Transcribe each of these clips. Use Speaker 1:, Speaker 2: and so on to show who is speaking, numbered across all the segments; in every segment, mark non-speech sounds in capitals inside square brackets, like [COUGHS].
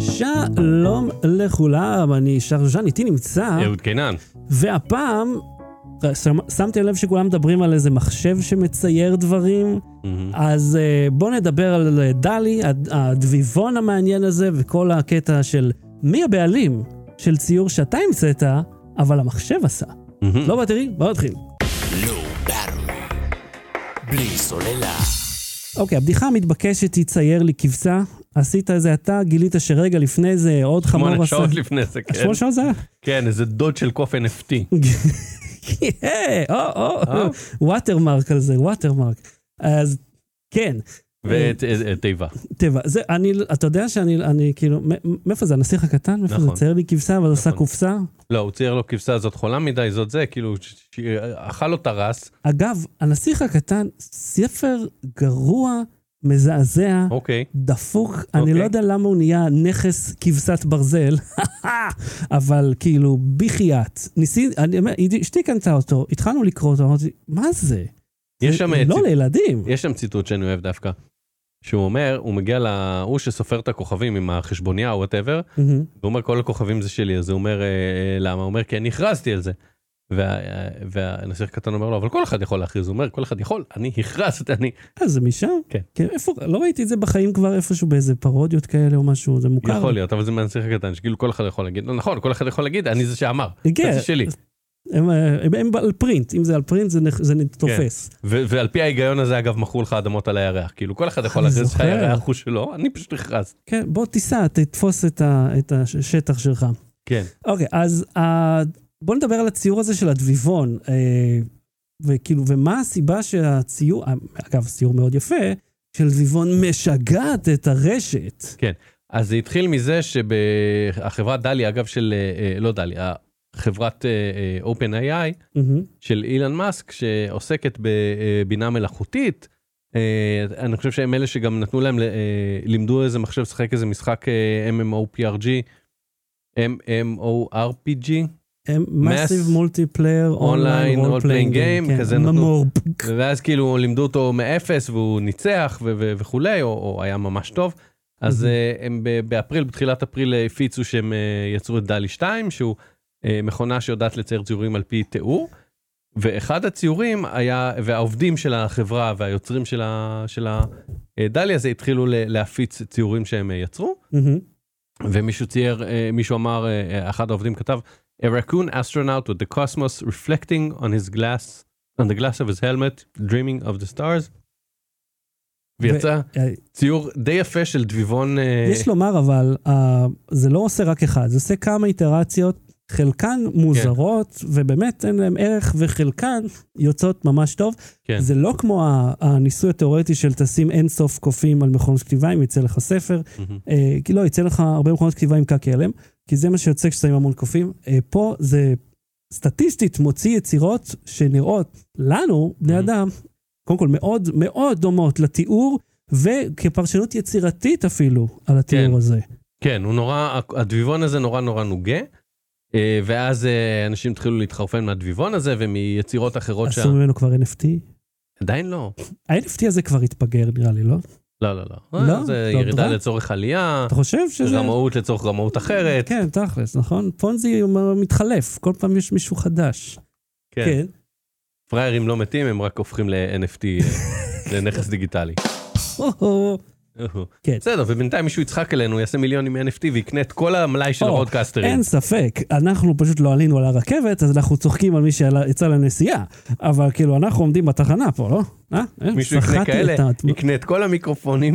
Speaker 1: שלום לכולם, אני שרז'ן, איתי נמצא,
Speaker 2: אהוד קינן.
Speaker 1: והפעם, שמ- שמתם לב שכולם מדברים על איזה מחשב שמצייר דברים? אז אה, בואו נדבר על אה, דלי, הד- הדביבון המעניין הזה, וכל הקטע של מי הבעלים של ציור שאתה המצאת, אבל המחשב עשה. לא בטרי, בואו נתחיל.
Speaker 3: לא בלי סוללה.
Speaker 1: אוקיי, הבדיחה המתבקשת היא צייר לי כבשה. עשית את זה אתה, גילית שרגע לפני זה עוד חמור עשה...
Speaker 2: שמונה שעות לפני זה, כן.
Speaker 1: שמונה שעות זה היה?
Speaker 2: כן, איזה דוד של קוף NFT.
Speaker 1: [LAUGHS] אה, או,
Speaker 2: אה?
Speaker 1: או, וואטרמרק על זה, וואטרמרק. אז כן,
Speaker 2: ותיבה.
Speaker 1: טבע. זה, אני, אתה יודע שאני, אני כאילו, מ- מאיפה זה, הנסיך הקטן? מאיפה זה,
Speaker 2: נכון.
Speaker 1: צייר לי כבשה, אבל עשה
Speaker 2: נכון.
Speaker 1: קופסה?
Speaker 2: לא, הוא צייר לו כבשה זאת חולה מדי, זאת זה, כאילו, ש- ש- אכל אותה רס.
Speaker 1: אגב, הנסיך הקטן, ספר גרוע, מזעזע,
Speaker 2: אוקיי.
Speaker 1: דפוק. אני
Speaker 2: אוקיי.
Speaker 1: לא יודע למה הוא נהיה נכס כבשת ברזל, [LAUGHS] אבל כאילו, בחייאת. ניסי, אני אומר, היא- אשתי קנתה אותו, התחלנו לקרוא אותו, אמרתי, מה זה?
Speaker 2: יש
Speaker 1: זה
Speaker 2: שם
Speaker 1: לא
Speaker 2: ציטוט-
Speaker 1: לילדים.
Speaker 2: יש שם ציטוט שאני אוהב דווקא. שהוא אומר, הוא מגיע להוא שסופר את הכוכבים עם החשבוניה או וואטאבר,
Speaker 1: מהמם.
Speaker 2: והוא אומר כל הכוכבים זה שלי, אז הוא אומר "אה, אה, למה? הוא אומר כי אני הכרזתי על זה. וה- אה, והנסיך קטן אומר לו, אבל כל אחד יכול להכריז, הוא אומר כל אחד יכול, אני הכרזתי, אני...
Speaker 1: אה, זה משם?
Speaker 2: כן.
Speaker 1: כן, איפה, לא ראיתי את זה בחיים כבר איפשהו באיזה פרודיות כאלה או משהו, זה מוכר.
Speaker 2: יכול להיות, אבל זה מהנסיך הקטן, שכאילו כל אחד יכול להגיד, לא נכון, כל אחד יכול להגיד, אני זה שאמר,
Speaker 1: כן.
Speaker 2: זה שלי.
Speaker 1: הם, אה, הם, הם על פרינט, אם זה על פרינט זה, נח- זה תופס.
Speaker 2: ו- ועל פי ההיגיון הזה, אגב, מכרו לך אדמות על הירח, כאילו כל אחד יכול
Speaker 1: אני
Speaker 2: להכריז
Speaker 1: זוכר.
Speaker 2: שהירח הוא שלו, אני פשוט הכרז.
Speaker 1: כן, בוא תיסע, תתפוס את, ה, את השטח שלך.
Speaker 2: כן.
Speaker 1: אוקיי, אז uh, בוא נדבר על הציור הזה של הדביבון, uh, וכאילו, ומה הסיבה שהציור, אה, אגב, ציור מאוד יפה, של דביבון משגעת את הרשת.
Speaker 2: אז זה התחיל מזה שהחברה דלי, אגב, של, אה, אה, לא דלי, חברת אה, OpenAI,
Speaker 1: מהמם.
Speaker 2: של אילן מאסק שעוסקת בבינה מלאכותית. אה, אני חושב שהם אלה שגם נתנו להם, ל- אה, לימדו איזה מחשב לשחק איזה משחק אה, MMOPRG, MMORPG,
Speaker 1: Massive Multiplayer Online
Speaker 2: Online
Speaker 1: Role Playing
Speaker 2: Role-Playing
Speaker 1: Game,
Speaker 2: Game,
Speaker 1: כן,
Speaker 2: כזה נתנו.
Speaker 1: ממור.
Speaker 2: ואז כאילו לימדו אותו מאפס והוא ניצח ו- ו- וכולי, או, או היה ממש טוב. אז
Speaker 1: Mhm.
Speaker 2: אה, הם ב- באפריל, בתחילת אפריל אה, הפיצו שהם אה, יצרו את דלי 2, שהוא אה, מכונה שיודעת לצייר ציורים על פי תיאור. ואחד הציורים היה, והעובדים של החברה והיוצרים של, ה, של הדלי הזה התחילו ל- להפיץ ציורים שהם אה, יצרו,
Speaker 1: מהמם.
Speaker 2: ומישהו צייר, אה, מישהו אמר, אה, אה, אחד העובדים כתב, A raccoon astronaut with the cosmos reflecting on his glass, on the glass of his helmet, dreaming of the stars. ויצא
Speaker 1: אה,
Speaker 2: ציור די יפה של דביבון, אה,
Speaker 1: יש לומר אבל, uh, זה לא עושה רק אחד, זה עושה כמה איטרציות, חלקן מוזרות, ובאמת אין להן ערך, וחלקן יוצאות ממש טוב.
Speaker 2: כן.
Speaker 1: זה לא כמו ה- הניסוי התיאורטי של תשים אינסוף קופים על מכונות כתיבה, אם יצא לך ספר,
Speaker 2: מהמם.
Speaker 1: אה, כי לא, יצא לך הרבה מכונות כתיבה עם קק הלם, כי זה מה שיוצא כששמים המון קופים. אה, פה זה סטטיסטית מוציא יצירות שנראות לנו, בני
Speaker 2: Mhm.
Speaker 1: אדם, קודם כל מאוד מאוד דומות לתיאור, וכפרשנות יצירתית אפילו על התיאור
Speaker 2: כן.
Speaker 1: הזה.
Speaker 2: כן, הוא נורא, הדביבון הזה נורא נורא נוגה, אה, ואז אה, אנשים התחילו להתחרפן מהדביבון הזה ומיצירות אחרות
Speaker 1: עשו
Speaker 2: שם,
Speaker 1: ממנו כבר NFT.
Speaker 2: עדיין לא,
Speaker 1: ה-NFT הזה כבר התפגר נראה לי, לא?
Speaker 2: לא, לא, לא,
Speaker 1: לא?
Speaker 2: זה
Speaker 1: לא,
Speaker 2: ירידה
Speaker 1: דבר?
Speaker 2: לצורך עלייה,
Speaker 1: אתה חושב שזה...
Speaker 2: רמאות לצורך רמאות אחרת,
Speaker 1: כן, תכלס, נכון? פונזי הוא מתחלף, כל פעם יש מישהו חדש.
Speaker 2: כן.
Speaker 1: כן.
Speaker 2: פראיירים לא מתים, הם רק הופכים ל-NFT, אה,
Speaker 1: [LAUGHS]
Speaker 2: לנכס דיגיטלי.
Speaker 1: או-הו. כן.
Speaker 2: בסדר, ובינתיים מישהו יצחק עלינו, יעשה מיליון עם NFT ויקנה את כל המלאי של
Speaker 1: או,
Speaker 2: הרודקאסטרים.
Speaker 1: אין ספק, אנחנו פשוט לא עלינו על הרכבת, אז אנחנו צוחקים על מי שיצא לנסיעה. אבל כאילו, אנחנו עומדים בתחנה פה, לא? אה? אה,
Speaker 2: מישהו יקנה
Speaker 1: סחטתי
Speaker 2: כאלה,
Speaker 1: את ה-
Speaker 2: יקנה את כל
Speaker 1: [LAUGHS]
Speaker 2: המיקרופונים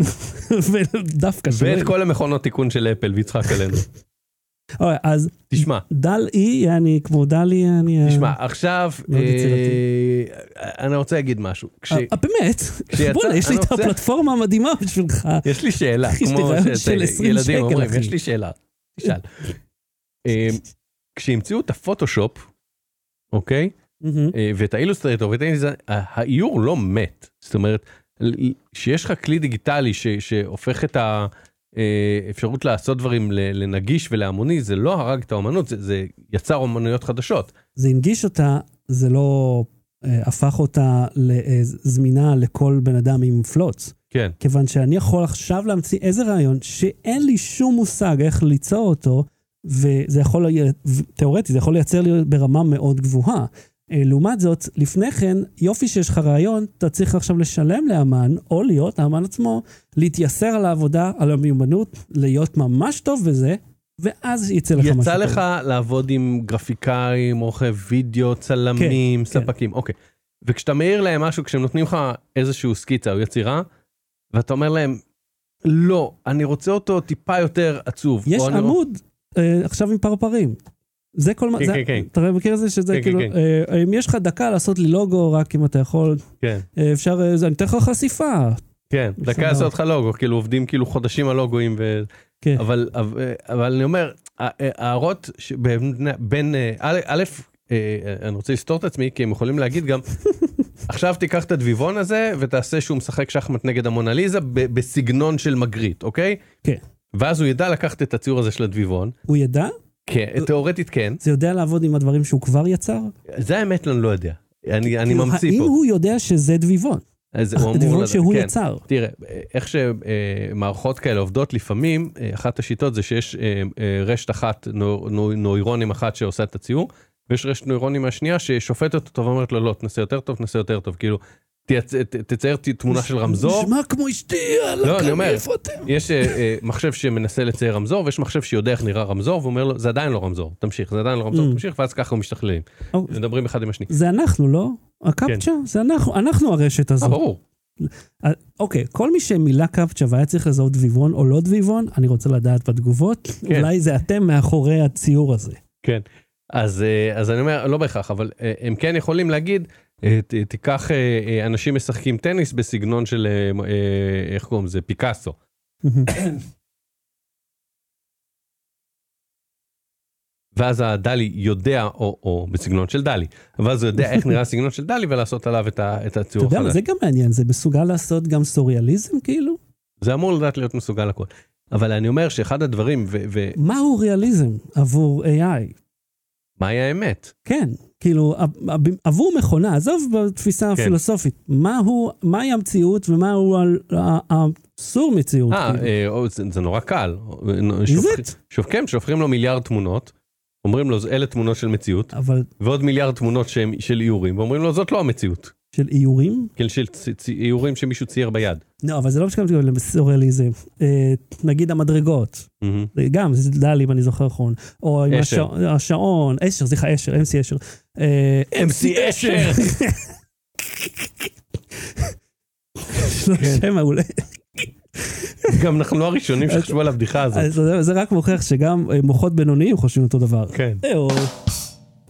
Speaker 1: ודווקא שלא.
Speaker 2: ואת כל המכונות תיקון של אפל ויצחק
Speaker 1: [LAUGHS]
Speaker 2: עלינו.
Speaker 1: אוי, אז
Speaker 2: תשמע,
Speaker 1: דל אי, אני כמו דלי, אני... אה,
Speaker 2: תשמע, עכשיו,
Speaker 1: מאוד
Speaker 2: אה,
Speaker 1: יצירתי.
Speaker 2: אני רוצה להגיד משהו. כש-
Speaker 1: אה, אה, באמת?
Speaker 2: כשיצא-
Speaker 1: בוא'נה, יש לי
Speaker 2: אני
Speaker 1: את
Speaker 2: רוצה-
Speaker 1: הפלטפורמה המדהימה בשבילך.
Speaker 2: יש לי שאלה,
Speaker 1: יש לי
Speaker 2: כמו
Speaker 1: רעיון
Speaker 2: שאתה-
Speaker 1: של 20 שקל,
Speaker 2: ילדים אומרים,
Speaker 1: אחי.
Speaker 2: יש לי שאלה, תשאל.
Speaker 1: [LAUGHS]
Speaker 2: אה, כשהמציאו את הפוטושופ, אוקיי?
Speaker 1: מהמם.
Speaker 2: אה, ואת האילוסטרטור ואת האינדיזיין, האיור לא מת. זאת אומרת, שיש לך כלי דיגיטלי ש, שהופך את האפשרות לעשות דברים ל- לנגיש ולהמוני, זה לא הרג את האומנות, זה, זה יצר אומנויות חדשות.
Speaker 1: זה הנגיש אותה, אה, זה לא אה, הפך אותה לזמינה לכל בן אדם עם פלוץ.
Speaker 2: כן.
Speaker 1: כיוון שאני יכול עכשיו להמציא איזה רעיון שאין לי שום מושג איך ליצור אותו, וזה יכול, לי- ו- תיאורטית, זה יכול לייצר לי ברמה מאוד גבוהה. אה, לעומת זאת, לפני כן, יופי שיש לך רעיון, אתה צריך עכשיו לשלם לאמן, או להיות האמן עצמו, להתייסר על העבודה, על המיומנות, להיות ממש טוב בזה, ואז יצא לך משהו
Speaker 2: יצא
Speaker 1: טוב.
Speaker 2: לך לעבוד עם גרפיקאים, עורכי וידאו, צלמים,
Speaker 1: כן, כן.
Speaker 2: ספקים, אוקיי. וכשאתה מעיר להם משהו, כשהם נותנים לך איזשהו סקיצה או יצירה, ואתה אומר להם, לא, אני רוצה אותו טיפה יותר עצוב.
Speaker 1: יש
Speaker 2: או אני רוצ-
Speaker 1: עמוד אה, עכשיו עם פרפרים. זה כל מה,
Speaker 2: כן,
Speaker 1: זה-
Speaker 2: כן, כן.
Speaker 1: אתה מכיר את זה שזה
Speaker 2: כן,
Speaker 1: כאילו,
Speaker 2: כן, כן.
Speaker 1: אה, אם יש לך דקה לעשות לי לוגו, רק אם אתה יכול,
Speaker 2: כן,
Speaker 1: אה, אפשר, אה, זה- אני אתן לך חשיפה.
Speaker 2: כן.
Speaker 1: בסדר.
Speaker 2: דקה יעשה אותך לוגו, כאילו עובדים כאילו חודשים על לוגוים, ו...
Speaker 1: כן.
Speaker 2: אבל, אבל אבל אני אומר, ההערות שבין, בין, אה, א', א', אה, אני רוצה לסתור את עצמי, כי הם יכולים
Speaker 1: [LAUGHS]
Speaker 2: להגיד גם, עכשיו תיקח את הדביבון הזה ותעשה שהוא משחק שחמט נגד המונליזה ב- בסגנון של מגריט, אוקיי?
Speaker 1: כן.
Speaker 2: ואז הוא ידע לקחת את הציור הזה של הדביבון.
Speaker 1: הוא ידע?
Speaker 2: כן, תיאורטית כן.
Speaker 1: זה יודע לעבוד עם הדברים שהוא כבר יצר?
Speaker 2: זה האמת, אני לא יודע. אני, אני
Speaker 1: כאילו,
Speaker 2: ממציא
Speaker 1: האם
Speaker 2: פה.
Speaker 1: הוא יודע שזה דביבון?
Speaker 2: אז הוא אמור
Speaker 1: הדביבון
Speaker 2: לדעת,
Speaker 1: שהוא
Speaker 2: כן.
Speaker 1: יצר.
Speaker 2: תראה, איך שמערכות כאלה עובדות לפעמים, אה, אחת השיטות זה שיש אה, אה, רשת אחת, נור- נו- נוירונים אחת שעושה את הציור, ויש רשת נוירונים השנייה ששופטת אותו ואומרת לו, לא, תנסה יותר טוב, תנסה יותר טוב, כאילו, תייצ- ת- תצייר ת- תמונה של רמזור.
Speaker 1: נשמע כמו אשתי,
Speaker 2: לא, אני
Speaker 1: יאללה,
Speaker 2: אומר.
Speaker 1: איפה אתם?
Speaker 2: יש אה, אה, מחשב שמנסה לצייר רמזור, ויש מחשב שיודע איך נראה רמזור, ואומר לו, זה עדיין לא רמזור, תמשיך, זה עדיין לא
Speaker 1: Mm.
Speaker 2: רמזור,
Speaker 1: אוקיי.
Speaker 2: תמשיך, ואז ככה הם משתכללים.
Speaker 1: או,
Speaker 2: מדברים אחד עם השני.
Speaker 1: זה אנחנו, לא? הקפצ'ה? זה אנחנו, אנחנו הרשת
Speaker 2: כן. אה,
Speaker 1: הזאת.
Speaker 2: ברור.
Speaker 1: אה, אוקיי, כל מי שמילא קפצ'ה והיה צריך לזהות דביבון או לא דביבון, אני רוצה לדעת בתגובות.
Speaker 2: כן.
Speaker 1: אולי זה אתם מאחורי הציור הזה.
Speaker 2: אז, אה, אז אני אומר, לא בהכרח, אבל אה, הם כן יכולים להגיד, אה, ת- תיקח אה, אה, אנשים משחקים טניס בסגנון של, אה, מ- אה, איך קוראים לזה, פיקאסו. ואז הדלי יודע, או, או בסגנון של דלי, ואז הוא יודע איך נראה הסגנון של דלי ולעשות עליו את, ה, את
Speaker 1: אתה
Speaker 2: הציור
Speaker 1: יודע מה,
Speaker 2: החדש. זה...
Speaker 1: זה גם מעניין, זה מסוגל לעשות גם סוריאליזם כאילו?
Speaker 2: זה אמור לדעת להיות מסוגל לכל. אבל אני אומר שאחד הדברים, ו-
Speaker 1: מהו ריאליזם עבור AI?
Speaker 2: ומהי האמת?
Speaker 1: כן, כאילו, ע- ע- עבור מכונה, עזוב בתפיסה
Speaker 2: כן.
Speaker 1: הפילוסופית, מהו, מהי המציאות ומהו ה- ה- האסור מציאות?
Speaker 2: אה,
Speaker 1: כאילו?
Speaker 2: אה, או, זה, זה נורא קל.
Speaker 1: איזט?
Speaker 2: שופכים, שופכים, שופכים לו מיליארד תמונות, אומרים לו, אלה תמונות של מציאות.
Speaker 1: אבל
Speaker 2: ועוד מיליארד תמונות שהם של איורים, ואומרים לו זאת לא המציאות,
Speaker 1: של איורים?
Speaker 2: כן, של צ- צ- איורים שמישהו צייר ביד.
Speaker 1: לא, אבל זה לא משקף לסוריאליזם. אה, נגיד המדרגות,
Speaker 2: מהמם.
Speaker 1: זה גם, זה דל אם אני זוכר נכון, או עם
Speaker 2: אשר.
Speaker 1: השע- השעון, אשר, סליחה, אשר, MC אשר. אה,
Speaker 2: MC אשר.
Speaker 1: יש
Speaker 2: כן.
Speaker 1: לו לא, שם מעולה.
Speaker 2: גם אנחנו לא הראשונים שחשבו על הבדיחה הזאת.
Speaker 1: אז זה- זה רק מוכיח שגם אה, מוחות בינוניים חושבים אותו דבר.
Speaker 2: כן.
Speaker 1: אה, או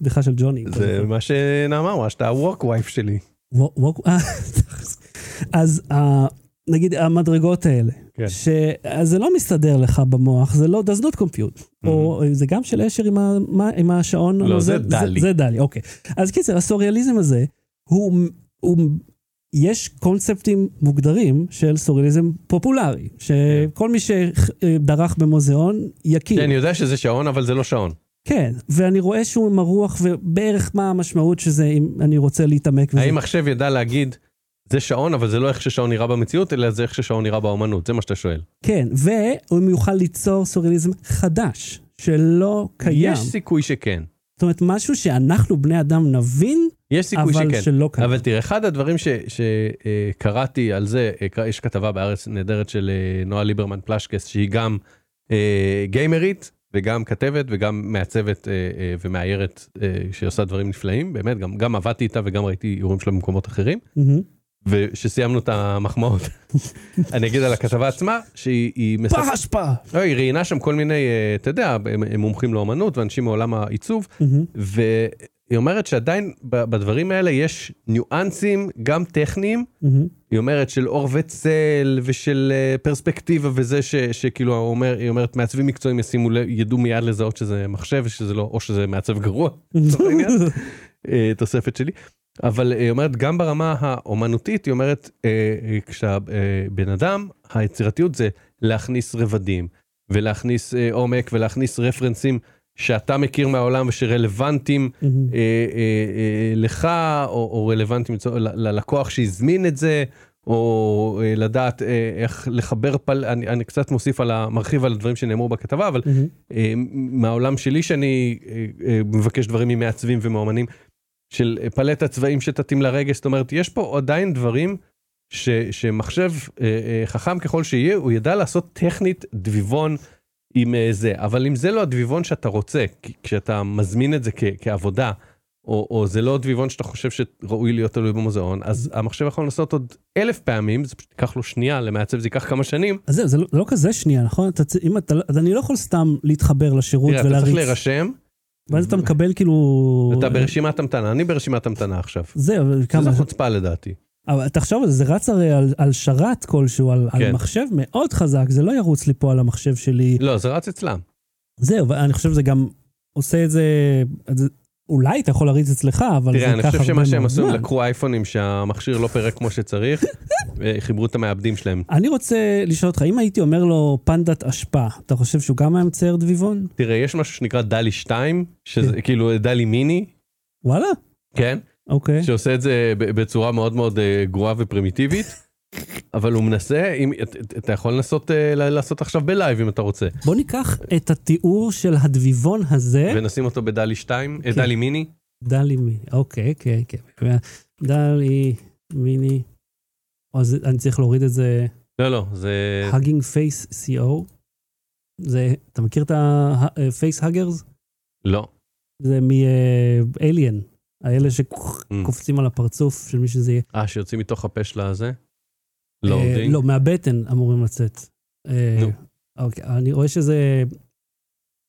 Speaker 1: בדיחה של ג'וני.
Speaker 2: זה מה שנעמה אמרה, שאתה הווק וייף שלי.
Speaker 1: ווק- ווק- אה, אז ה- נגיד המדרגות האלה,
Speaker 2: כן.
Speaker 1: שזה לא מסתדר לך במוח, זה לא, does not compute, או זה גם של אשר עם ה- מה- עם השעון.
Speaker 2: Mm-hmm. לא,
Speaker 1: אבל
Speaker 2: זה דלי.
Speaker 1: זה דלי, אוקיי. אז קיצר, הסוריאליזם הזה, הוא, הוא, יש קונספטים מוגדרים של סוריאליזם פופולרי,
Speaker 2: כן.
Speaker 1: שכל מי שדרך במוזיאון יכיר.
Speaker 2: כן, אני יודע שזה שעון, אבל זה לא שעון.
Speaker 1: כן, ואני רואה שהוא עם הרוח, ובערך מה המשמעות שזה, אם אני רוצה להתעמק בזה.
Speaker 2: האם מחשב ידע להגיד, זה שעון, אבל זה לא איך ששעון נראה במציאות, אלא זה איך ששעון נראה באומנות, זה מה שאתה שואל.
Speaker 1: כן, והוא יוכל ליצור סוריאליזם חדש, שלא קיים.
Speaker 2: יש סיכוי שכן.
Speaker 1: זאת אומרת, משהו שאנחנו, בני אדם, נבין,
Speaker 2: יש סיכוי
Speaker 1: אבל
Speaker 2: שכן.
Speaker 1: שלא קיים.
Speaker 2: אבל תראה, אחד הדברים שקראתי על זה, אה, ק- יש כתבה בארץ נהדרת של אה, נועה ליברמן פלשקס, שהיא גם אה, גיימרית וגם כתבת וגם מעצבת אה, אה, ומאיירת אה, שעושה דברים נפלאים, באמת, גם, גם עבדתי איתה וגם ראיתי איורים שלה במקומות אחרים.
Speaker 1: מהמם.
Speaker 2: וכשסיימנו את המחמאות, [LAUGHS] אני אגיד על הכתבה עצמה, שהיא היא מספרת...
Speaker 1: פח אשפה.
Speaker 2: לא, היא ראיינה שם כל מיני, אה, אתה יודע, הם- הם מומחים לאומנות ואנשים מעולם העיצוב,
Speaker 1: מהמם.
Speaker 2: והיא אומרת שעדיין ב- בדברים האלה יש ניואנסים, גם טכניים,
Speaker 1: מהמם.
Speaker 2: היא אומרת של אור וצל ושל אה, פרספקטיבה וזה ש, שכאילו הוא אומר, היא אומרת מעצבים מקצועיים ישימו לב, ידעו מיד לזהות שזה מחשב ושזה לא, או שזה מעצב גרוע, לצורך העניין, [LAUGHS] אה, תוספת שלי. אבל אה, היא אומרת גם ברמה האומנותית, היא אומרת אה, אה, כשהבן אדם, היצירתיות זה להכניס רבדים ולהכניס אה, עומק ולהכניס רפרנסים שאתה מכיר מהעולם ושרלוונטיים
Speaker 1: מהמם.
Speaker 2: אה, אה, אה, לך, או, או רלוונטי מצו- ל- ללקוח שהזמין את זה, או אה, לדעת אה, איך לחבר פל... אני, אני קצת מוסיף על ה... מרחיב על הדברים שנאמרו בכתבה, אבל
Speaker 1: מהמם.
Speaker 2: אה, מהעולם שלי שאני אה, אה, מבקש דברים ממעצבים ומאומנים, של אה, פלט הצבעים שתתאים לרגש, זאת אומרת, יש פה עדיין דברים ש, שמחשב אה, אה, חכם ככל שיהיה, הוא ידע לעשות טכנית דביבון עם אה, זה, אבל אם זה לא הדביבון שאתה רוצה, כי- כשאתה מזמין את זה כ, כעבודה, או, או זה לא דביבון שאתה חושב שראוי להיות תלוי במוזיאון, אז המחשב יכול לעשות עוד אלף פעמים, זה פשוט ייקח לו שנייה, למעצב זה ייקח כמה שנים,
Speaker 1: אז זהו, זה לא- זה לא כזה שנייה, נכון? אתה צ- אם אתה לא- אז אני לא יכול סתם להתחבר לשירות
Speaker 2: תראה, אתה צריך
Speaker 1: ולהריץ.
Speaker 2: להירשם,
Speaker 1: ואז אתה מקבל כאילו...
Speaker 2: אתה נכון. ברשימת המתנה, אני ברשימת המתנה עכשיו.
Speaker 1: זהו, אבל
Speaker 2: זו
Speaker 1: כמה...
Speaker 2: חוצפה לדעתי.
Speaker 1: אבל תחשוב על זה, זה רץ הרי על, על שרת כלשהו, על,
Speaker 2: כן.
Speaker 1: על מחשב מאוד חזק, זה לא ירוץ לי פה על המחשב שלי.
Speaker 2: לא, זה רץ אצלם.
Speaker 1: זהו, ואני חושב שזה גם עושה את זה, את זה אולי אתה יכול להריץ אצלך, אבל זה
Speaker 2: תראה, אני
Speaker 1: ייקח הרבה
Speaker 2: חושב שמה שהם
Speaker 1: מאוד
Speaker 2: עשו, הם
Speaker 1: זמן.
Speaker 2: לקחו אייפונים שהמכשיר לא פירק כמו שצריך, [LAUGHS] וחיברו את המעבדים שלהם.
Speaker 1: אני רוצה לשאול אותך, אם הייתי אומר לו פנדת אשפה, אתה חושב שהוא גם היה מצייר דביבון?
Speaker 2: תראה, יש משהו שנקרא דלי 2,
Speaker 1: כן.
Speaker 2: שזה כאילו דלי מיני,
Speaker 1: וואלה,
Speaker 2: כן?
Speaker 1: אוקיי.
Speaker 2: שעושה את זה ב- בצורה מאוד מאוד אה, גרועה
Speaker 1: [LAUGHS]
Speaker 2: ופרימיטיבית, אבל הוא מנסה, אם את- אתה יכול לנסות אה, ל- לעשות עכשיו בלייב אם אתה רוצה,
Speaker 1: בוא ניקח את התיאור של הדביבון הזה,
Speaker 2: ונשים אותו בדלי 2, אה,
Speaker 1: כן.
Speaker 2: דלי מיני,
Speaker 1: דלי מיני, אוקיי, כן, כן. דלי מיני, אז אני צריך להוריד את זה.
Speaker 2: לא, לא, זה...
Speaker 1: הגינג פייס co. זה, אתה מכיר את הפייס הגרס?
Speaker 2: לא.
Speaker 1: זה מאליאן, האלה שקופצים על הפרצוף של מי שזה יהיה.
Speaker 2: אה, שיוצאים מתוך הפה שלה הזה?
Speaker 1: אה,
Speaker 2: לואודינג?
Speaker 1: לא, מהבטן אמורים לצאת. אה,
Speaker 2: נו.
Speaker 1: אוקיי, אני רואה שזה...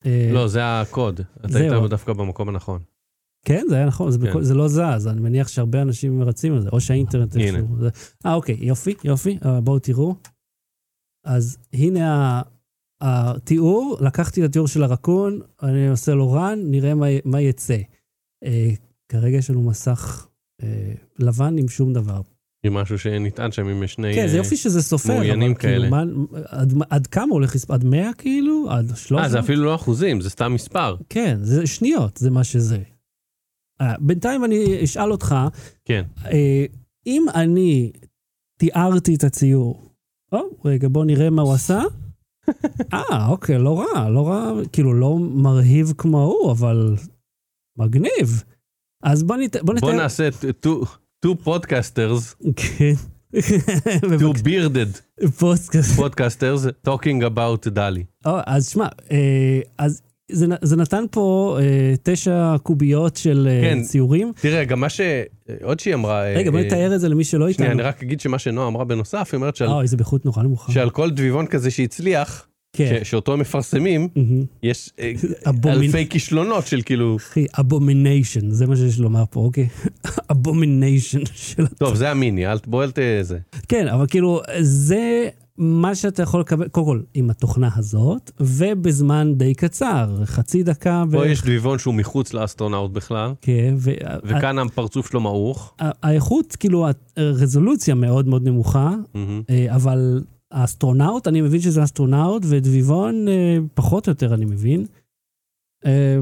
Speaker 1: אה,
Speaker 2: לא, זה הקוד. אתה
Speaker 1: זהו.
Speaker 2: היית דווקא במקום הנכון.
Speaker 1: כן, זה היה נכון, זה,
Speaker 2: כן.
Speaker 1: בכל, זה לא זז, אני מניח שהרבה אנשים רצים על זה, או שהאינטרנט
Speaker 2: הנה.
Speaker 1: איכשהו. זה- אה, אוקיי, יופי, יופי, אה, בואו תראו. אז הנה ה- התיאור, לקחתי את התיאור של הרקון, אני עושה לו run, נראה מה, י- מה יצא. אה, כרגע יש לנו מסך אה, לבן עם שום דבר.
Speaker 2: עם משהו שנטען שם עם שני...
Speaker 1: כן, זה
Speaker 2: אה,
Speaker 1: יופי שזה סופר,
Speaker 2: מעוניינים
Speaker 1: אבל כאילו,
Speaker 2: כאלה.
Speaker 1: מה, עד, עד כמה הולך לספ... עד 100 כאילו? עד 300?
Speaker 2: אה, זה אפילו לא אחוזים, זה סתם מספר.
Speaker 1: כן, זה שניות, זה מה שזה. אה, בינתיים אני אשאל אותך,
Speaker 2: כן.
Speaker 1: אה, אם אני תיארתי את הציור, או, רגע, בוא נראה מה הוא
Speaker 2: [LAUGHS]
Speaker 1: עשה. אה, אוקיי, לא רע, לא רע, כאילו, לא מרהיב כמו ההוא, אבל מגניב. אז בוא, נת... בוא נתאר...
Speaker 2: בוא נעשה t- two- two podcasters,
Speaker 1: [LAUGHS] כן.
Speaker 2: two bearded
Speaker 1: פוסט
Speaker 2: [LAUGHS]
Speaker 1: כזה.
Speaker 2: podcasters talking about דלי.
Speaker 1: או, אז שמע, אה, אז זה, נ- זה נתן פה אה, תשע קוביות של אה,
Speaker 2: כן.
Speaker 1: ציורים.
Speaker 2: תראה, גם מה ש... עוד שהיא אמרה... אה,
Speaker 1: רגע, בוא
Speaker 2: אה,
Speaker 1: נתאר את זה למי שלא איתנו.
Speaker 2: שנייה, אני רק אגיד שמה שנועה אמרה בנוסף, היא אומרת שעל-
Speaker 1: אוי, זה באיכות נורא נמוכה.
Speaker 2: שעל כל דביבון כזה שהצליח,
Speaker 1: אוקיי. כן.
Speaker 2: ש- שאותו הם מפרסמים,
Speaker 1: מהמם.
Speaker 2: יש אה,
Speaker 1: הבומין-
Speaker 2: אלפי כישלונות של כאילו...
Speaker 1: אחי, אבומיניישן, זה מה שיש לומר פה, אוקיי? [LAUGHS] אבומיניישן של...
Speaker 2: טוב, זה המיני, אל- בוא אל ת... זה.
Speaker 1: כן, אבל כאילו, זה מה שאתה יכול לקבל, קודם כל, עם התוכנה הזאת, ובזמן די קצר, חצי דקה.
Speaker 2: פה יש דביבון שהוא מחוץ לאסטרונאוט בכלל,
Speaker 1: כן, ו...
Speaker 2: וכאן הפרצוף שלו מעוך.
Speaker 1: ה- ה- האיכות, כאילו, הרזולוציה מאוד מאוד נמוכה,
Speaker 2: מהמם.
Speaker 1: אה, אבל האסטרונאוט, אני מבין שזה אסטרונאוט, ודביבון אה, פחות או יותר, אני מבין. אה,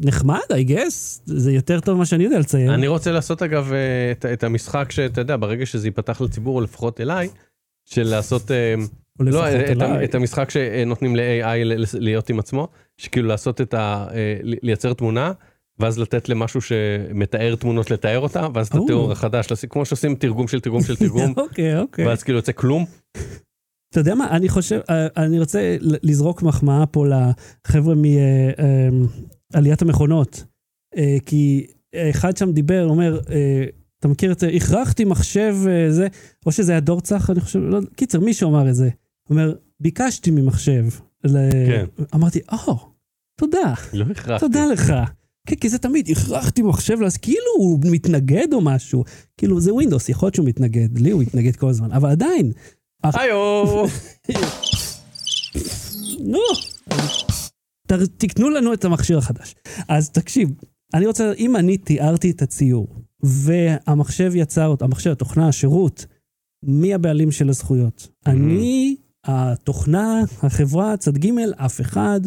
Speaker 1: נחמד, I guess, זה יותר טוב ממה שאני יודע לצייר.
Speaker 2: אני רוצה לעשות אגב אה, את, את המשחק שאתה יודע, ברגע שזה ייפתח לציבור, או לפחות אליי, של לעשות, אה,
Speaker 1: או
Speaker 2: לא,
Speaker 1: לפחות
Speaker 2: אה, את, ה-
Speaker 1: אליי.
Speaker 2: את המשחק שנותנים ל-AI ל- ל- להיות עם עצמו, שכאילו לעשות את ה... אה, ל- לייצר תמונה, ואז לתת למשהו שמתאר תמונות לתאר אותה, ואז את
Speaker 1: או.
Speaker 2: התיאור החדש, לשים- כמו שעושים תרגום של תרגום של
Speaker 1: [LAUGHS]
Speaker 2: תרגום,
Speaker 1: אוקיי, אוקיי.
Speaker 2: ואז כאילו יוצא כלום.
Speaker 1: אתה יודע מה, אני חושב, אה, אני רוצה ל- לזרוק מחמאה פה לחבר'ה מעליית המכונות. אה, כי אחד שם דיבר, אומר, אה, אתה מכיר את זה, הכרחתי מחשב אה, זה, או שזה היה דור צח, אני חושב, לא, קיצר, מי שאומר את זה, אומר, ביקשתי ממחשב. ל-
Speaker 2: כן.
Speaker 1: אמרתי, או, תודה,
Speaker 2: לא הכרחתי.
Speaker 1: תודה לך. כן, כי זה תמיד, הכרחתי מחשב, אז כאילו הוא מתנגד או משהו. כאילו, זה ווינדוס, יכול להיות שהוא מתנגד, לי הוא מתנגד כל הזמן, אבל עדיין, [LAUGHS]
Speaker 2: היו!
Speaker 1: נו, ת, תקנו לנו את המכשיר החדש. אז תקשיב, אני רוצה, אם אני תיארתי את הציור, והמחשב יצר אותו, המחשב, התוכנה, השירות, מי הבעלים של הזכויות?
Speaker 2: Mm-hmm.
Speaker 1: אני, התוכנה, החברה, צד ג', אף אחד.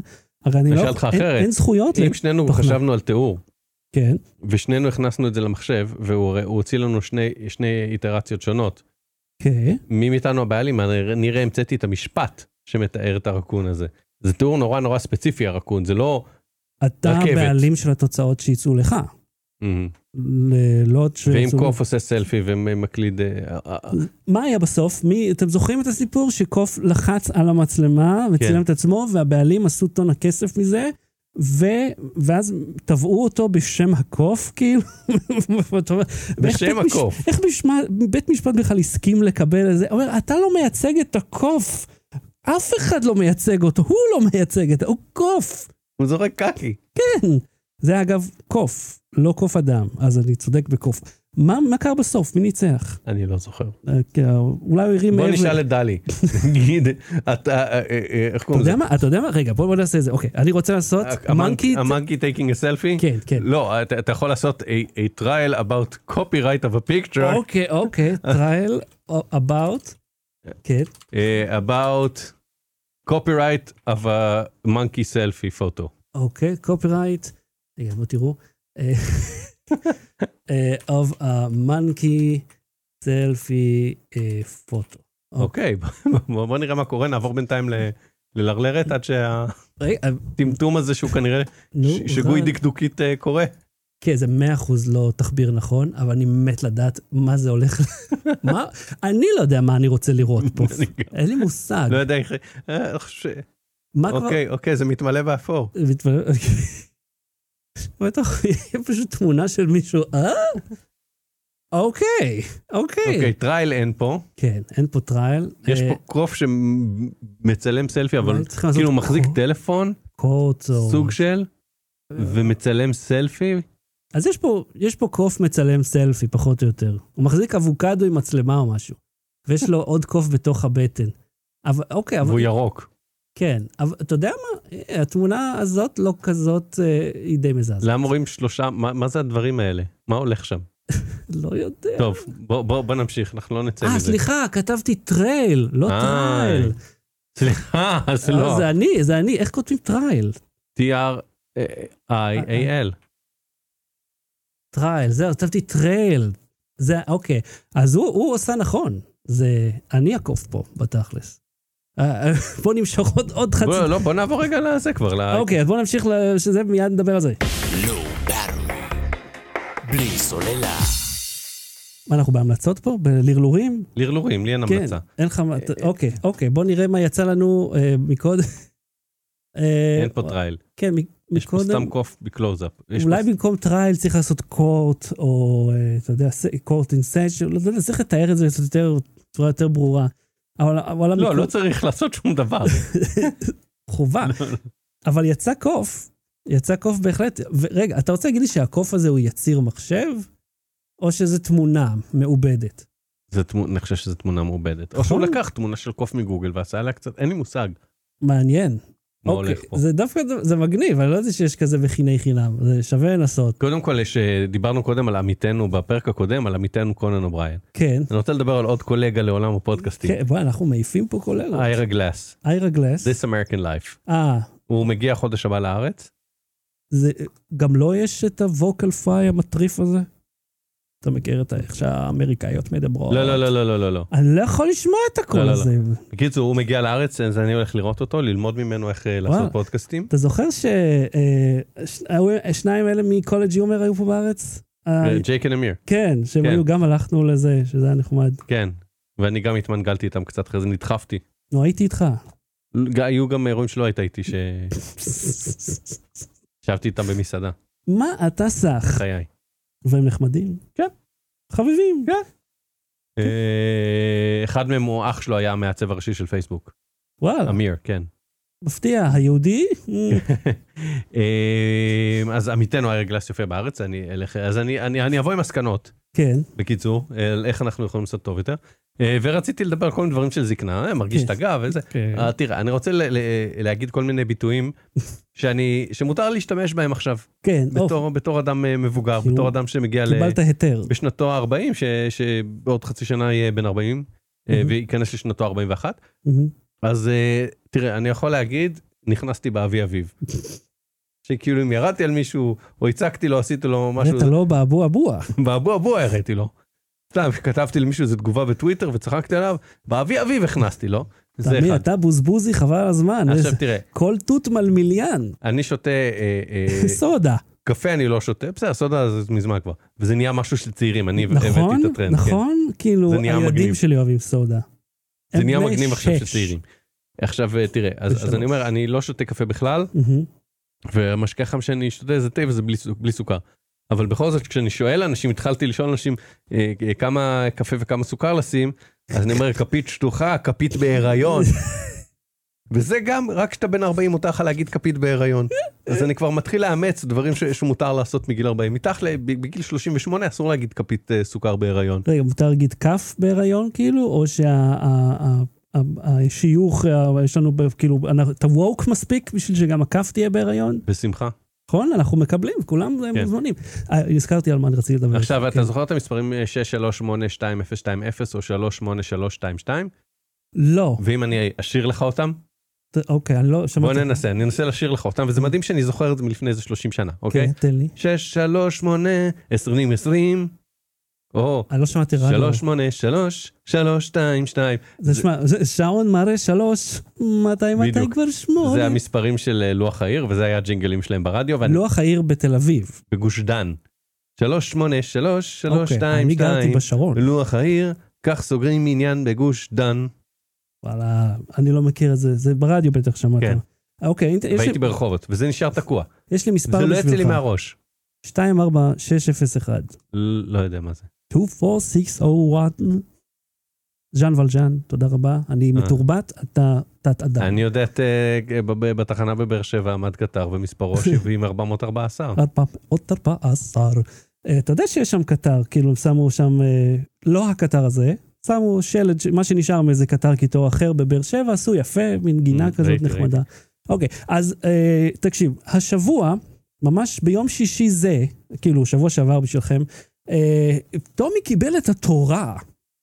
Speaker 1: הרי אני
Speaker 2: אני
Speaker 1: לא...
Speaker 2: אשאל אותך
Speaker 1: אין-
Speaker 2: אחרת.
Speaker 1: אין זכויות?
Speaker 2: אם
Speaker 1: ל-
Speaker 2: שנינו
Speaker 1: תוכנה.
Speaker 2: חשבנו על תיאור,
Speaker 1: כן,
Speaker 2: ושנינו הכנסנו את זה למחשב, והוא הרי- הוא הוציא לנו שני, שני איטרציות שונות.
Speaker 1: אוקיי.
Speaker 2: מי מאיתנו הבעלים? אני- נראה המצאתי את המשפט שמתאר את הרקון הזה. זה תיאור נורא נורא ספציפי הרקון, זה לא...
Speaker 1: אתה
Speaker 2: רכבת.
Speaker 1: הבעלים של התוצאות שיצאו לך.
Speaker 2: אמ,
Speaker 1: ל- לא עוד
Speaker 2: ואם
Speaker 1: שיצאו-
Speaker 2: קוף עושה סלפי ומקליד... אה, אה, אה,
Speaker 1: מה היה בסוף? מי, אתם זוכרים את הסיפור שקוף לחץ על המצלמה וצילם
Speaker 2: כן.
Speaker 1: את עצמו, והבעלים עשו טון הכסף מזה, ו... ואז תבעו אותו בשם הקוף, [LAUGHS] כאילו? ואתה אומר, איך
Speaker 2: בשם
Speaker 1: בית מש-
Speaker 2: הקוף.
Speaker 1: איך בשמה, בית משפט בכלל הסכים לקבל את זה? הוא אומר, אתה לא מייצג את הקוף. אף אחד לא מייצג אותו, הוא לא מייצג את... הוא קוף.
Speaker 2: הוא זורק קקי.
Speaker 1: זה אגב קוף, לא קוף אדם, אז אני צודק בקוף. מה, מה קרה בסוף? מי ניצח?
Speaker 2: אני לא זוכר.
Speaker 1: אה, כן, אולי הוא הרים
Speaker 2: בוא
Speaker 1: מעבר.
Speaker 2: נשאל את
Speaker 1: [LAUGHS]
Speaker 2: דלי. נגיד, אתה, אה, אה, אה, איך
Speaker 1: אתה
Speaker 2: קוראים לזה?
Speaker 1: יודע מה? אתה יודע מה? רגע, בוא בוא נעשה את זה. אוקיי, אני רוצה לעשות
Speaker 2: אה,
Speaker 1: מונקי...
Speaker 2: המאנקי טייקינג סלפי?
Speaker 1: כן, כן.
Speaker 2: לא, אתה אתה יכול לעשות a a trial about copyright of a picture
Speaker 1: אוקיי, אוקיי, trial about... כן.
Speaker 2: uh, about copyright of a monkey selfie photo.
Speaker 1: אוקיי, קופירייט. רגע, בואו
Speaker 2: [LAUGHS]
Speaker 1: תראו. אה, אה, of a monkey selfie אה, photo.
Speaker 2: אוקיי, בוא בוא נראה מה קורה, נעבור בינתיים ל- ללרלרת עד שהטמטום
Speaker 1: רגע, אה,
Speaker 2: הזה שהוא כנראה
Speaker 1: נו,
Speaker 2: ש- שגוי
Speaker 1: אבל-
Speaker 2: דקדוקית אה, קורה.
Speaker 1: כן, זה מאה אחוז לא תחביר נכון, אבל אני מת לדעת מה זה
Speaker 2: [LAUGHS]
Speaker 1: הולך... מה? אני לא יודע מה אני רוצה לראות פה.
Speaker 2: אני גם-
Speaker 1: אין לי מושג.
Speaker 2: לא יודע איך... אה, אני חושב ש-
Speaker 1: מה כבר...
Speaker 2: אוקיי, אוקיי, זה מתמלא באפור.
Speaker 1: מתפלל... בטח, יהיה פשוט תמונה של מישהו, אה? אוקיי,
Speaker 2: אוקיי,
Speaker 1: אוקיי.
Speaker 2: טרייל אין פה,
Speaker 1: כן, אין פה טרייל.
Speaker 2: יש
Speaker 1: אה,
Speaker 2: פה קרוף שמצלם סלפי, אבל
Speaker 1: אולי צריך לעשות
Speaker 2: כאילו מחזיק
Speaker 1: קור-
Speaker 2: טלפון,
Speaker 1: קוץ או...
Speaker 2: סוג של,
Speaker 1: אה.
Speaker 2: ומצלם סלפי.
Speaker 1: אז יש פה, יש פה קוף מצלם סלפי, פחות או יותר. הוא מחזיק אבוקדו עם מצלמה או משהו. ויש לו עוד קוף בתוך הבטן. אבל, אוקיי, אבל...
Speaker 2: והוא ירוק.
Speaker 1: כן, אבל אתה יודע מה? אה, התמונה הזאת לא כזאת, אה, היא די מזעזעת.
Speaker 2: למה רואים שלושה, מה מה זה הדברים האלה? מה הולך שם?
Speaker 1: לא יודע.
Speaker 2: טוב, בוא- בוא בוא נמשיך, אנחנו לא נצא
Speaker 1: אה,
Speaker 2: מזה.
Speaker 1: סליחה, כתבתי טרייל, לא
Speaker 2: אה,
Speaker 1: טרייל.
Speaker 2: סליחה, אז
Speaker 1: לא,
Speaker 2: לא.
Speaker 1: זה אני, זה אני, איך כותבים טרייל?
Speaker 2: T-R-I-A-L.
Speaker 1: טרייל, זהו, כתבתי טרייל. זה, אוקיי. אז הוא, הוא עושה נכון. זה, אני הקוף פה, בתכלס. אה, [LAUGHS] אה, בוא נמשוך עוד, עוד חצי...
Speaker 2: בוא לא, בוא נעבור רגע לזה כבר. ל-
Speaker 1: אוקיי, אז בוא נמשיך לזה, מיד נדבר על זה.
Speaker 3: לא באנו. בלי סוללה.
Speaker 1: מה, אנחנו בהמלצות פה? בלרלורים?
Speaker 2: לרלורים, לי אין המלצה. אה,
Speaker 1: כן, אין לך... מה- אוקיי, אוקיי, בוא נראה מה יצא לנו אה, מקודם. אה,
Speaker 2: אין פה טרייל.
Speaker 1: כן, מ-
Speaker 2: יש פה
Speaker 1: מקודם.
Speaker 2: סתם קוף בקלוזאפ. יש פה
Speaker 1: אולי במקום טרייל צריך לעשות קורט, או אה, אתה יודע, קורט אינסיישן, לא יודע, צריך לתאר את זה קצת יותר, בצורה יותר ברורה. אבל, אבל
Speaker 2: לא,
Speaker 1: המקום-
Speaker 2: לא צריך לעשות שום
Speaker 1: [LAUGHS]
Speaker 2: דבר.
Speaker 1: חובה.
Speaker 2: [LAUGHS]
Speaker 1: אבל יצא קוף, יצא קוף בהחלט. רגע, אתה רוצה להגיד לי שהקוף הזה הוא יציר מחשב, או שזה תמונה מעובדת?
Speaker 2: זה תמונה, אני חושב שזו תמונה מעובדת. או שהוא
Speaker 1: נכון.
Speaker 2: לקח תמונה של קוף מגוגל ועשה עליה קצת, אין לי מושג
Speaker 1: מעניין.
Speaker 2: מה
Speaker 1: אוקיי,
Speaker 2: הולך פה.
Speaker 1: זה דווקא, זה מגניב, אני לא יודע שיש כזה בחיני חינם, זה שווה לנסות.
Speaker 2: קודם כל, יש, אה, דיברנו קודם על עמיתנו בפרק הקודם, על עמיתנו קונן אובריין.
Speaker 1: כן.
Speaker 2: אני רוצה לדבר על עוד קולגה לעולם הפודקאסטים.
Speaker 1: כן, בואי, אנחנו מעיפים פה כולל.
Speaker 2: איירה גלאס,
Speaker 1: איירה גלס.
Speaker 2: This American Life.
Speaker 1: אה,
Speaker 2: הוא מגיע חודש הבא לארץ.
Speaker 1: זה, גם לו יש את הווקל פריי המטריף הזה? אתה מכיר את ה- איך שהאמריקאיות מדברות?
Speaker 2: לא, לא, לא, לא, לא, לא, לא.
Speaker 1: אני לא יכול לשמוע את הקול
Speaker 2: לא, לא, לא.
Speaker 1: הזה.
Speaker 2: בקיצור, הוא מגיע לארץ, אז אני הולך לראות אותו, ללמוד ממנו איך אה,
Speaker 1: וואלה.
Speaker 2: לעשות פודקאסטים.
Speaker 1: אתה זוכר אה, ששניים האלה מקולג' יומר היו פה בארץ? אה,
Speaker 2: אה, ג'ייקן אמיר,
Speaker 1: כן, שהם
Speaker 2: כן.
Speaker 1: היו, גם הלכנו לזה, שזה היה נחמד.
Speaker 2: כן. ואני גם התמנגלתי איתם קצת, אחרי זה נדחפתי.
Speaker 1: נו, הייתי איתך.
Speaker 2: ג- היו גם אירועים שלא היית איתי, שישבתי איתם במסעדה,
Speaker 1: מה אתה סח?
Speaker 2: חיי.
Speaker 1: והם נחמדים?
Speaker 2: כן.
Speaker 1: חביבים.
Speaker 2: אה, אחד מהם הוא אח שלו היה המעצב הראשי של פייסבוק,
Speaker 1: וואלה,
Speaker 2: אמיר, כן.
Speaker 1: מפתיע,
Speaker 2: [LAUGHS]
Speaker 1: היהודי?
Speaker 2: אה, אז עמיתנו איירי גלס יופיע בארץ, אני אלך, אז אני- אני אני אבוא עם מסקנות,
Speaker 1: כן,
Speaker 2: בקיצור, אה, על איך אנחנו יכולים לעשות טוב יותר. אה, ורציתי לדבר על כל מיני דברים של זקנה, אה, מרגיש
Speaker 1: כן.
Speaker 2: את הגב וזה.
Speaker 1: כן.
Speaker 2: אה, תראה, אני רוצה ל- ל- להגיד כל מיני
Speaker 1: [LAUGHS]
Speaker 2: ביטויים שאני, שמותר להשתמש בהם עכשיו,
Speaker 1: כן. אוף,
Speaker 2: בתור- בתור אדם אה, מבוגר,
Speaker 1: כאילו,
Speaker 2: בתור אדם שמגיע ל...
Speaker 1: קיבלת היתר.
Speaker 2: בשנתו ה-40, ש- שבעוד חצי שנה יהיה בן 40, אה,
Speaker 1: Mhm.
Speaker 2: וייכנס לשנתו ה-41.
Speaker 1: מהמם.
Speaker 2: אז אה, תראה, אני יכול להגיד, נכנסתי
Speaker 1: [LAUGHS]
Speaker 2: באבי אביב. שכאילו אם ירדתי על מישהו, או הצקתי לו, עשיתי לו משהו,
Speaker 1: אתה לא באבו אבוע.
Speaker 2: באבו אבו הראיתי לו. סתם, כתבתי למישהו איזו תגובה בטוויטר וצחקתי עליו, באבי אביב הכנסתי לו. זה
Speaker 1: תאמין,
Speaker 2: אחד.
Speaker 1: אתה בוזבוזי חבל על הזמן.
Speaker 2: עכשיו
Speaker 1: איזה-
Speaker 2: תראה,
Speaker 1: כל תות מלמיליאן.
Speaker 2: אני שותה אה,
Speaker 1: [LAUGHS]
Speaker 2: אה,
Speaker 1: סודה.
Speaker 2: קפה אני לא שותה, בסדר, סודה זה מזמן כבר. וזה נהיה משהו של צעירים, אני
Speaker 1: נכון?
Speaker 2: הבאתי את הטרנד. כן.
Speaker 1: נכון? כאילו,
Speaker 2: זה נהיה
Speaker 1: הילדים
Speaker 2: מגניב.
Speaker 1: שלי אוהבים סודה.
Speaker 2: זה
Speaker 1: הם
Speaker 2: נהיה
Speaker 1: בני
Speaker 2: מגניב עכשיו של
Speaker 1: שש.
Speaker 2: צעירים. עכשיו אה, תראה, אז- אז
Speaker 1: ושלוש.
Speaker 2: אני אומר, אני לא שותה קפה בכלל,
Speaker 1: מהמם.
Speaker 2: והמשקה החם שאני שותה זה תה וזה בלי סו- בלי סוכר. אבל בכל זאת, כשאני שואל אנשים, התחלתי לשאול אנשים אה, אה, כמה קפה וכמה סוכר לשים, אז אני אומר, כפית שטוחה, כפית בהיריון. וזה גם, רק כשאתה בן 40 מותר לך להגיד כפית בהיריון. אז אני כבר מתחיל לאמץ דברים ש- שמותר לעשות מגיל 40. מתחת, ל- ב- בגיל 38 אסור להגיד כפית אה, סוכר בהיריון.
Speaker 1: רגע, מותר להגיד כף בהיריון כאילו, או שהשיוך, יש לנו ב- כאילו, אנחנו- אתה ווק מספיק בשביל שגם הכף תהיה בהיריון?
Speaker 2: בשמחה.
Speaker 1: נכון? אנחנו מקבלים, כולם
Speaker 2: כן.
Speaker 1: מוזמנים. אה, הזכרתי על מה אני רציתי לדבר.
Speaker 2: עכשיו,
Speaker 1: כן.
Speaker 2: אתה זוכר את המספרים אה, 6382020 או 38322?
Speaker 1: לא,
Speaker 2: ואם אני אשאיר לך אותם?
Speaker 1: ת- אוקיי, אני לא
Speaker 2: בוא
Speaker 1: שמעתי.
Speaker 2: ננסה, אני אנסה לשיר לך אותם, וזה מדהים שאני זוכר את זה מלפני איזה 30 שנה, אוקיי?
Speaker 1: כן, תן לי.
Speaker 2: 6, 3, 8, 20, 20, או
Speaker 1: אני לא שמעתי רדיו.
Speaker 2: 3, 8, 3, 3, 2, 2.
Speaker 1: זה שמע, זה- שעון מראה שלוש, מתי מתי
Speaker 2: בדיוק.
Speaker 1: כבר שמונה.
Speaker 2: זה המספרים של אה, לוח העיר, וזה היה הג'ינגלים שלהם ברדיו, ואני
Speaker 1: לוח העיר בתל אביב.
Speaker 2: בגוש דן. 3, 8, 3, 3,
Speaker 1: אוקיי,
Speaker 2: 2,
Speaker 1: אני גרתי
Speaker 2: 2,
Speaker 1: בשרון.
Speaker 2: לוח העיר, כך סוגרים עניין בגוש דן.
Speaker 1: וואלה, אני לא מכיר את זה, זה ברדיו בטח שמעת.
Speaker 2: כן.
Speaker 1: אוקיי, יש לי-
Speaker 2: והייתי ברחובות, וזה נשאר תקוע.
Speaker 1: יש לי מספר
Speaker 2: זה לא יצא לי
Speaker 1: בשבילך.
Speaker 2: מהראש.
Speaker 1: 24601.
Speaker 2: ל- לא יודע מה זה.
Speaker 1: 24601. ז'אן ולז'אן, תודה רבה. אני
Speaker 2: אה.
Speaker 1: מתורבת, אתה תת-אדם.
Speaker 2: אני יודע את... אה, ב- ב- בתחנה בבאר שבע עמד קטר
Speaker 1: [LAUGHS]
Speaker 2: ומספרו 70 414.
Speaker 1: עוד פעם, עוד תרפה עשר. אה, אתה יודע שיש שם קטר, כאילו הם שמו שם, אה, לא הקטר הזה, שמו שלד, ש- מה שנשאר מאיזה קטר קיטור אחר בבאר שבע, עשו יפה, מין גינה
Speaker 2: Mm,
Speaker 1: כזאת
Speaker 2: ראיתי,
Speaker 1: נחמדה. אוקיי, אז אה, תקשיב, השבוע, ממש ביום שישי זה, כאילו שבוע שעבר בשבילכם, אה, טומי קיבל את התורה,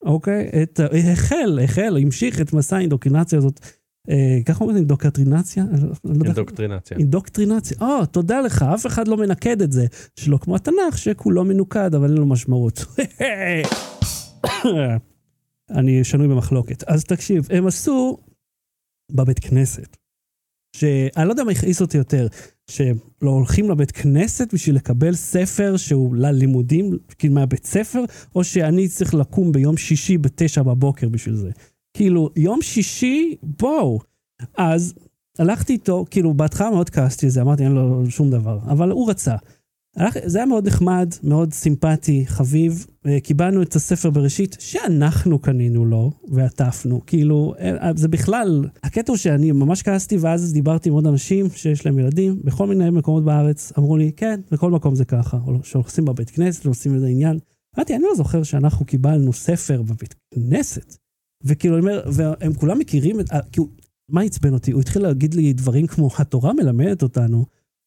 Speaker 1: אוקיי? את, ה- החל, החל, המשיך את מסע האינדוקטרינציה הזאת. אה, ככה אומרים אינדוקטרינציה? אני לא יודע-
Speaker 2: אינדוקטרינציה.
Speaker 1: אינדוקטרינציה. או, תודה לך, אף אחד לא מנקד את זה. שלא כמו התנ"ך, שכולו מנוקד, אבל אין לו משמעות. [COUGHS] אני שנוי במחלוקת. אז תקשיב, הם עשו בבית כנסת, שאני לא יודע מה הכעיס אותי יותר, שלא הולכים לבית כנסת בשביל לקבל ספר שהוא ללימודים, כאילו מהבית ספר, או שאני צריך לקום ביום שישי בתשע בבוקר בשביל זה. כאילו, יום שישי, בואו. אז הלכתי איתו, כאילו בהתחלה מאוד כעסתי על זה, אמרתי אין לו שום דבר, אבל הוא רצה. הלך, זה היה מאוד נחמד, מאוד סימפטי, חביב. אה, קיבלנו את הספר בראשית, שאנחנו קנינו לו, ועטפנו. כאילו, אה, זה בכלל, הקטע הוא שאני ממש כעסתי, ואז דיברתי עם עוד אנשים שיש להם ילדים, בכל מיני מקומות בארץ, אמרו לי, כן, בכל מקום זה ככה, או שעושים בבית כנסת, ועושים איזה עניין. אמרתי, אני לא זוכר שאנחנו קיבלנו ספר בבית כנסת. וכאילו, אני אומר, והם כולם מכירים, את- אה, כאילו, מה עצבן אותי? הוא התחיל להגיד לי דברים כמו, התורה מלמדת אותנו.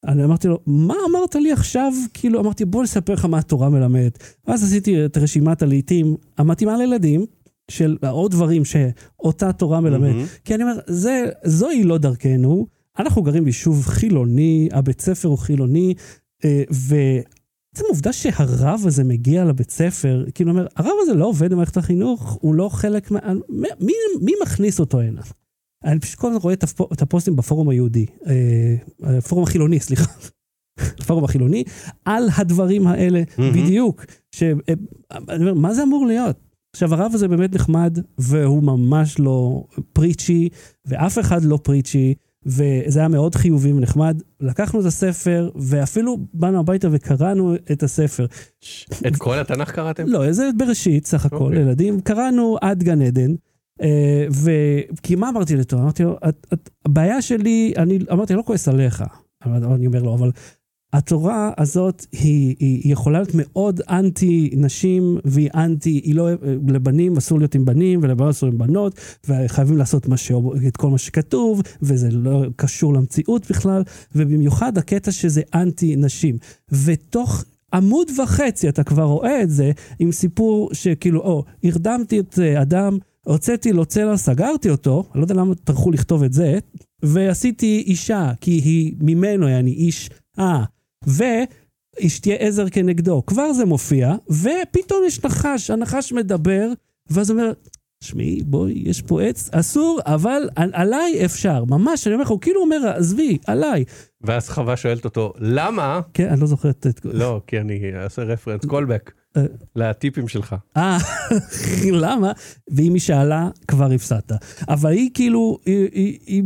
Speaker 1: אני אמרתי לו, מה אמרת לי עכשיו? כאילו, אמרתי, בוא נספר לך מה התורה מלמדת. ואז עשיתי את רשימת הלהיטים המתאימה לילדים, של עוד דברים שאותה תורה לא מלמדת.
Speaker 2: מהמם.
Speaker 1: כי אני אומר, זה, זוהי לא דרכנו, אנחנו גרים ביישוב חילוני, הבית ספר הוא חילוני, אה, ועצם העובדה שהרב הזה מגיע לבית ספר, כאילו אומר, הרב הזה לא עובד במערכת החינוך, הוא לא חלק מה... מי, מי, מי מכניס אותו הנה? אני פשוט כל הזמן רואה את הפו- את הפוסטים בפורום היהודי, אה, הפורום החילוני, סליחה. [LAUGHS] הפורום החילוני, על הדברים האלה
Speaker 2: מהמם.
Speaker 1: בדיוק. ש... אה, אני אומר, מה זה אמור להיות? עכשיו, הרב הזה באמת נחמד, והוא ממש לא פריצ'י, ואף אחד לא פריצ'י, וזה היה מאוד חיובי ונחמד. לקחנו את הספר, ואפילו באנו הביתה וקראנו את הספר.
Speaker 2: את כל התנ"ך קראתם?
Speaker 1: לא, זה בראשית, סך הכל,
Speaker 2: אוקיי.
Speaker 1: ילדים. קראנו עד גן עדן. אה, ו- כי מה אמרתי לתום? אמרתי לו, "את- את- הבעיה שלי, אני אמרתי, אני לא כועס עליך. אבל- אבל אני אומר לו, אבל התורה הזאת, היא, היא, היא יכולה להיות מאוד אנטי נשים, והיא אנטי, היא לא, לבנים אסור להיות עם בנים, ולבנות אסור עם בנות, וחייבים לעשות מה ש, את כל מה שכתוב, וזה לא קשור למציאות בכלל, ובמיוחד הקטע שזה אנטי נשים. ותוך עמוד וחצי אתה כבר רואה את זה, עם סיפור שכאילו, או, הרדמתי את אה, אדם, הוצאתי לו צלע, סגרתי אותו, אני לא יודע למה טרחו לכתוב את זה, ועשיתי אישה, כי היא ממנו, אני איש, אה, ו... היא שתהיה עזר כנגדו. כבר זה מופיע, ופתאום יש נחש, הנחש מדבר, ואז אומר, תשמעי, בואי, יש פה עץ, אסור, אבל על- עליי אפשר. ממש, אני אומר לך, הוא כאילו אומר, עזבי, עליי.
Speaker 2: ואז חווה שואלת אותו, למה?
Speaker 1: כן, אני לא זוכרת את...
Speaker 2: לא, כי אני אעשה רפרנס, קולבק,
Speaker 1: אה.
Speaker 2: לטיפים שלך.
Speaker 1: אה, [LAUGHS] למה? ואם היא שאלה, כבר הפסדת. אבל היא כאילו, היא, היא, היא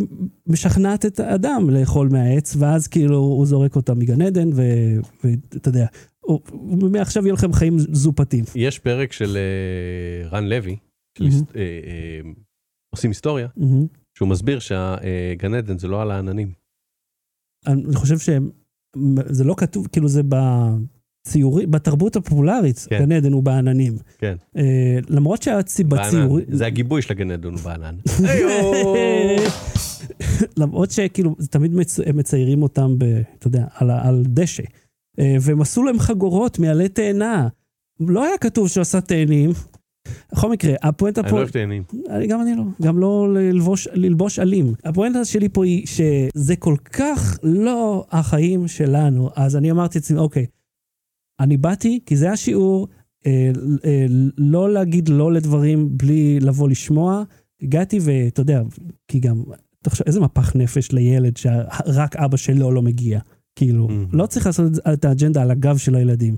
Speaker 1: משכנעת את האדם לאכול מהעץ, ואז כאילו הוא זורק אותה מגן עדן, ו- ואתה יודע, הוא- הוא- מעכשיו יהיה לכם חיים זופתים.
Speaker 2: יש פרק של אה, רן לוי, של
Speaker 1: מהמם.
Speaker 2: היסט- אה, אה, עושים היסטוריה,
Speaker 1: מהמם.
Speaker 2: שהוא מסביר שהגן עדן זה לא על העננים.
Speaker 1: אני חושב שהם, זה לא כתוב, כאילו זה בציורי, בתרבות הפופולרית,
Speaker 2: כן.
Speaker 1: גן עדן הוא בעננים.
Speaker 2: כן.
Speaker 1: אה, למרות שהציורי...
Speaker 2: בענן. זה הגיבוי של הגן עדן הוא בענן. היו!
Speaker 1: [LAUGHS] למרות שכאילו, זה תמיד מצ... הם מציירים אותם, ב, אתה יודע, על, ה- על דשא. אה, והם עשו להם חגורות מעלי תאנה. לא היה כתוב שהוא עשה תאנים. בכל מקרה, הפואנטה
Speaker 2: אני לא
Speaker 1: פה,
Speaker 2: אוהב תאנים.
Speaker 1: אני, גם אני לא, גם לא ללבוש, ללבוש עלים. הפואנטה שלי פה היא שזה כל כך לא החיים שלנו, אז אני אמרתי לעצמי, אוקיי, אני באתי כי זה השיעור, אה, אה, לא להגיד לא לדברים בלי לבוא לשמוע. הגעתי ואתה יודע, כי גם, תחשוב, איזה מפח נפש לילד שרק אבא שלו לא מגיע. כאילו,
Speaker 2: Mhm.
Speaker 1: לא צריך לעשות את זה- את האג'נדה על הגב של הילדים.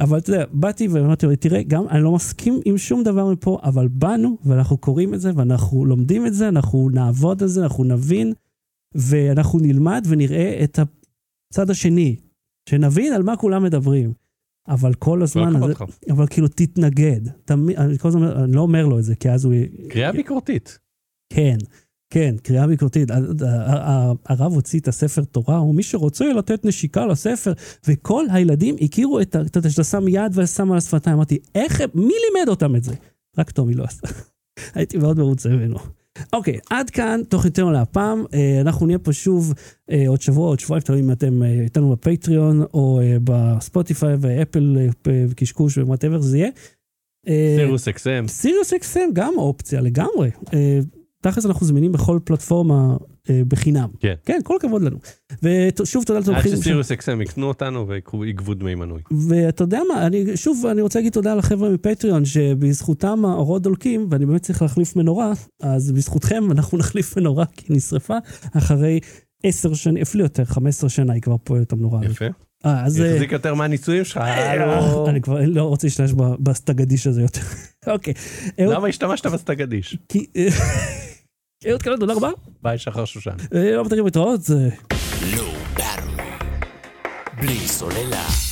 Speaker 1: אבל אתה יודע, באתי ואמרתי לו, תראה, גם אני לא מסכים עם שום דבר מפה, אבל באנו, ואנחנו קוראים את זה, ואנחנו לומדים את זה, אנחנו נעבוד על זה, אנחנו נבין, ואנחנו נלמד ונראה את הצד השני, שנבין על מה כולם מדברים. אבל כל
Speaker 2: לא
Speaker 1: הזמן
Speaker 2: אכפת
Speaker 1: הזה,
Speaker 2: לך.
Speaker 1: אבל כאילו תתנגד. תמיד, אני כל הזמן, אומר- אני לא אומר לו את זה, כי אז הוא... י-
Speaker 2: קריאה ביקורתית.
Speaker 1: כן, כן, קריאה ביקורתית. ה- ה- ה- הרב הוציא את הספר תורה, הוא מי שרוצה לתת נשיקה לספר, וכל הילדים הכירו את ה... אתה יודע, שאתה שם יד ושם על השפתיים. אמרתי, איך הם... מי לימד אותם את זה? רק טומי לא עשה. [LAUGHS] הייתי מאוד מרוצה ממנו. אוקיי, עד כאן תוכניתנו להפעם. אה, אנחנו נהיה פה שוב אה, עוד שבוע, עוד שבועיים, תלוי אם אתם אה, איתנו בפטריון או אה, בספוטיפיי ואפל אה, פ- קשקוש ומואטאבר זה יהיה. אה,
Speaker 2: סירוס אקסם.
Speaker 1: סיריוס XM גם אופציה לגמרי. אה, תכלס אנחנו זמינים בכל פלטפורמה אה, בחינם.
Speaker 2: כן.
Speaker 1: כן, כל הכבוד לנו. ושוב תודה
Speaker 2: עד
Speaker 1: לתומכים.
Speaker 2: שסירוס אקסם יקנו אותנו ויקחו- יגבו דמי מנוי.
Speaker 1: ואתה יודע מה, אני, שוב, אני רוצה להגיד תודה לחבר'ה מפטריון, שבזכותם האורות דולקים, ואני באמת צריך להחליף מנורה, אז בזכותכם אנחנו [LAUGHS] נחליף מנורה, כי היא נשרפה אחרי עשר שנים, אפילו יותר, 15 שנה היא כבר פועלת המנורה. הזאת.
Speaker 2: יפה.
Speaker 1: אה, אז... אה,
Speaker 2: יחזיק יותר מהניסויים שלך. הלו.
Speaker 1: אני כבר לא רוצה להשתמש ב- בסטגדיש הזה יותר. [LAUGHS] אוקיי. אהוד,
Speaker 2: למה השתמשת בסטגדיש?
Speaker 1: כי- [LAUGHS] אהוד קלן, תודה רבה.
Speaker 2: ביי שחר שושן.
Speaker 1: אה, לא מתחילים להתראות, זה
Speaker 3: לא ברור. בלי סוללה.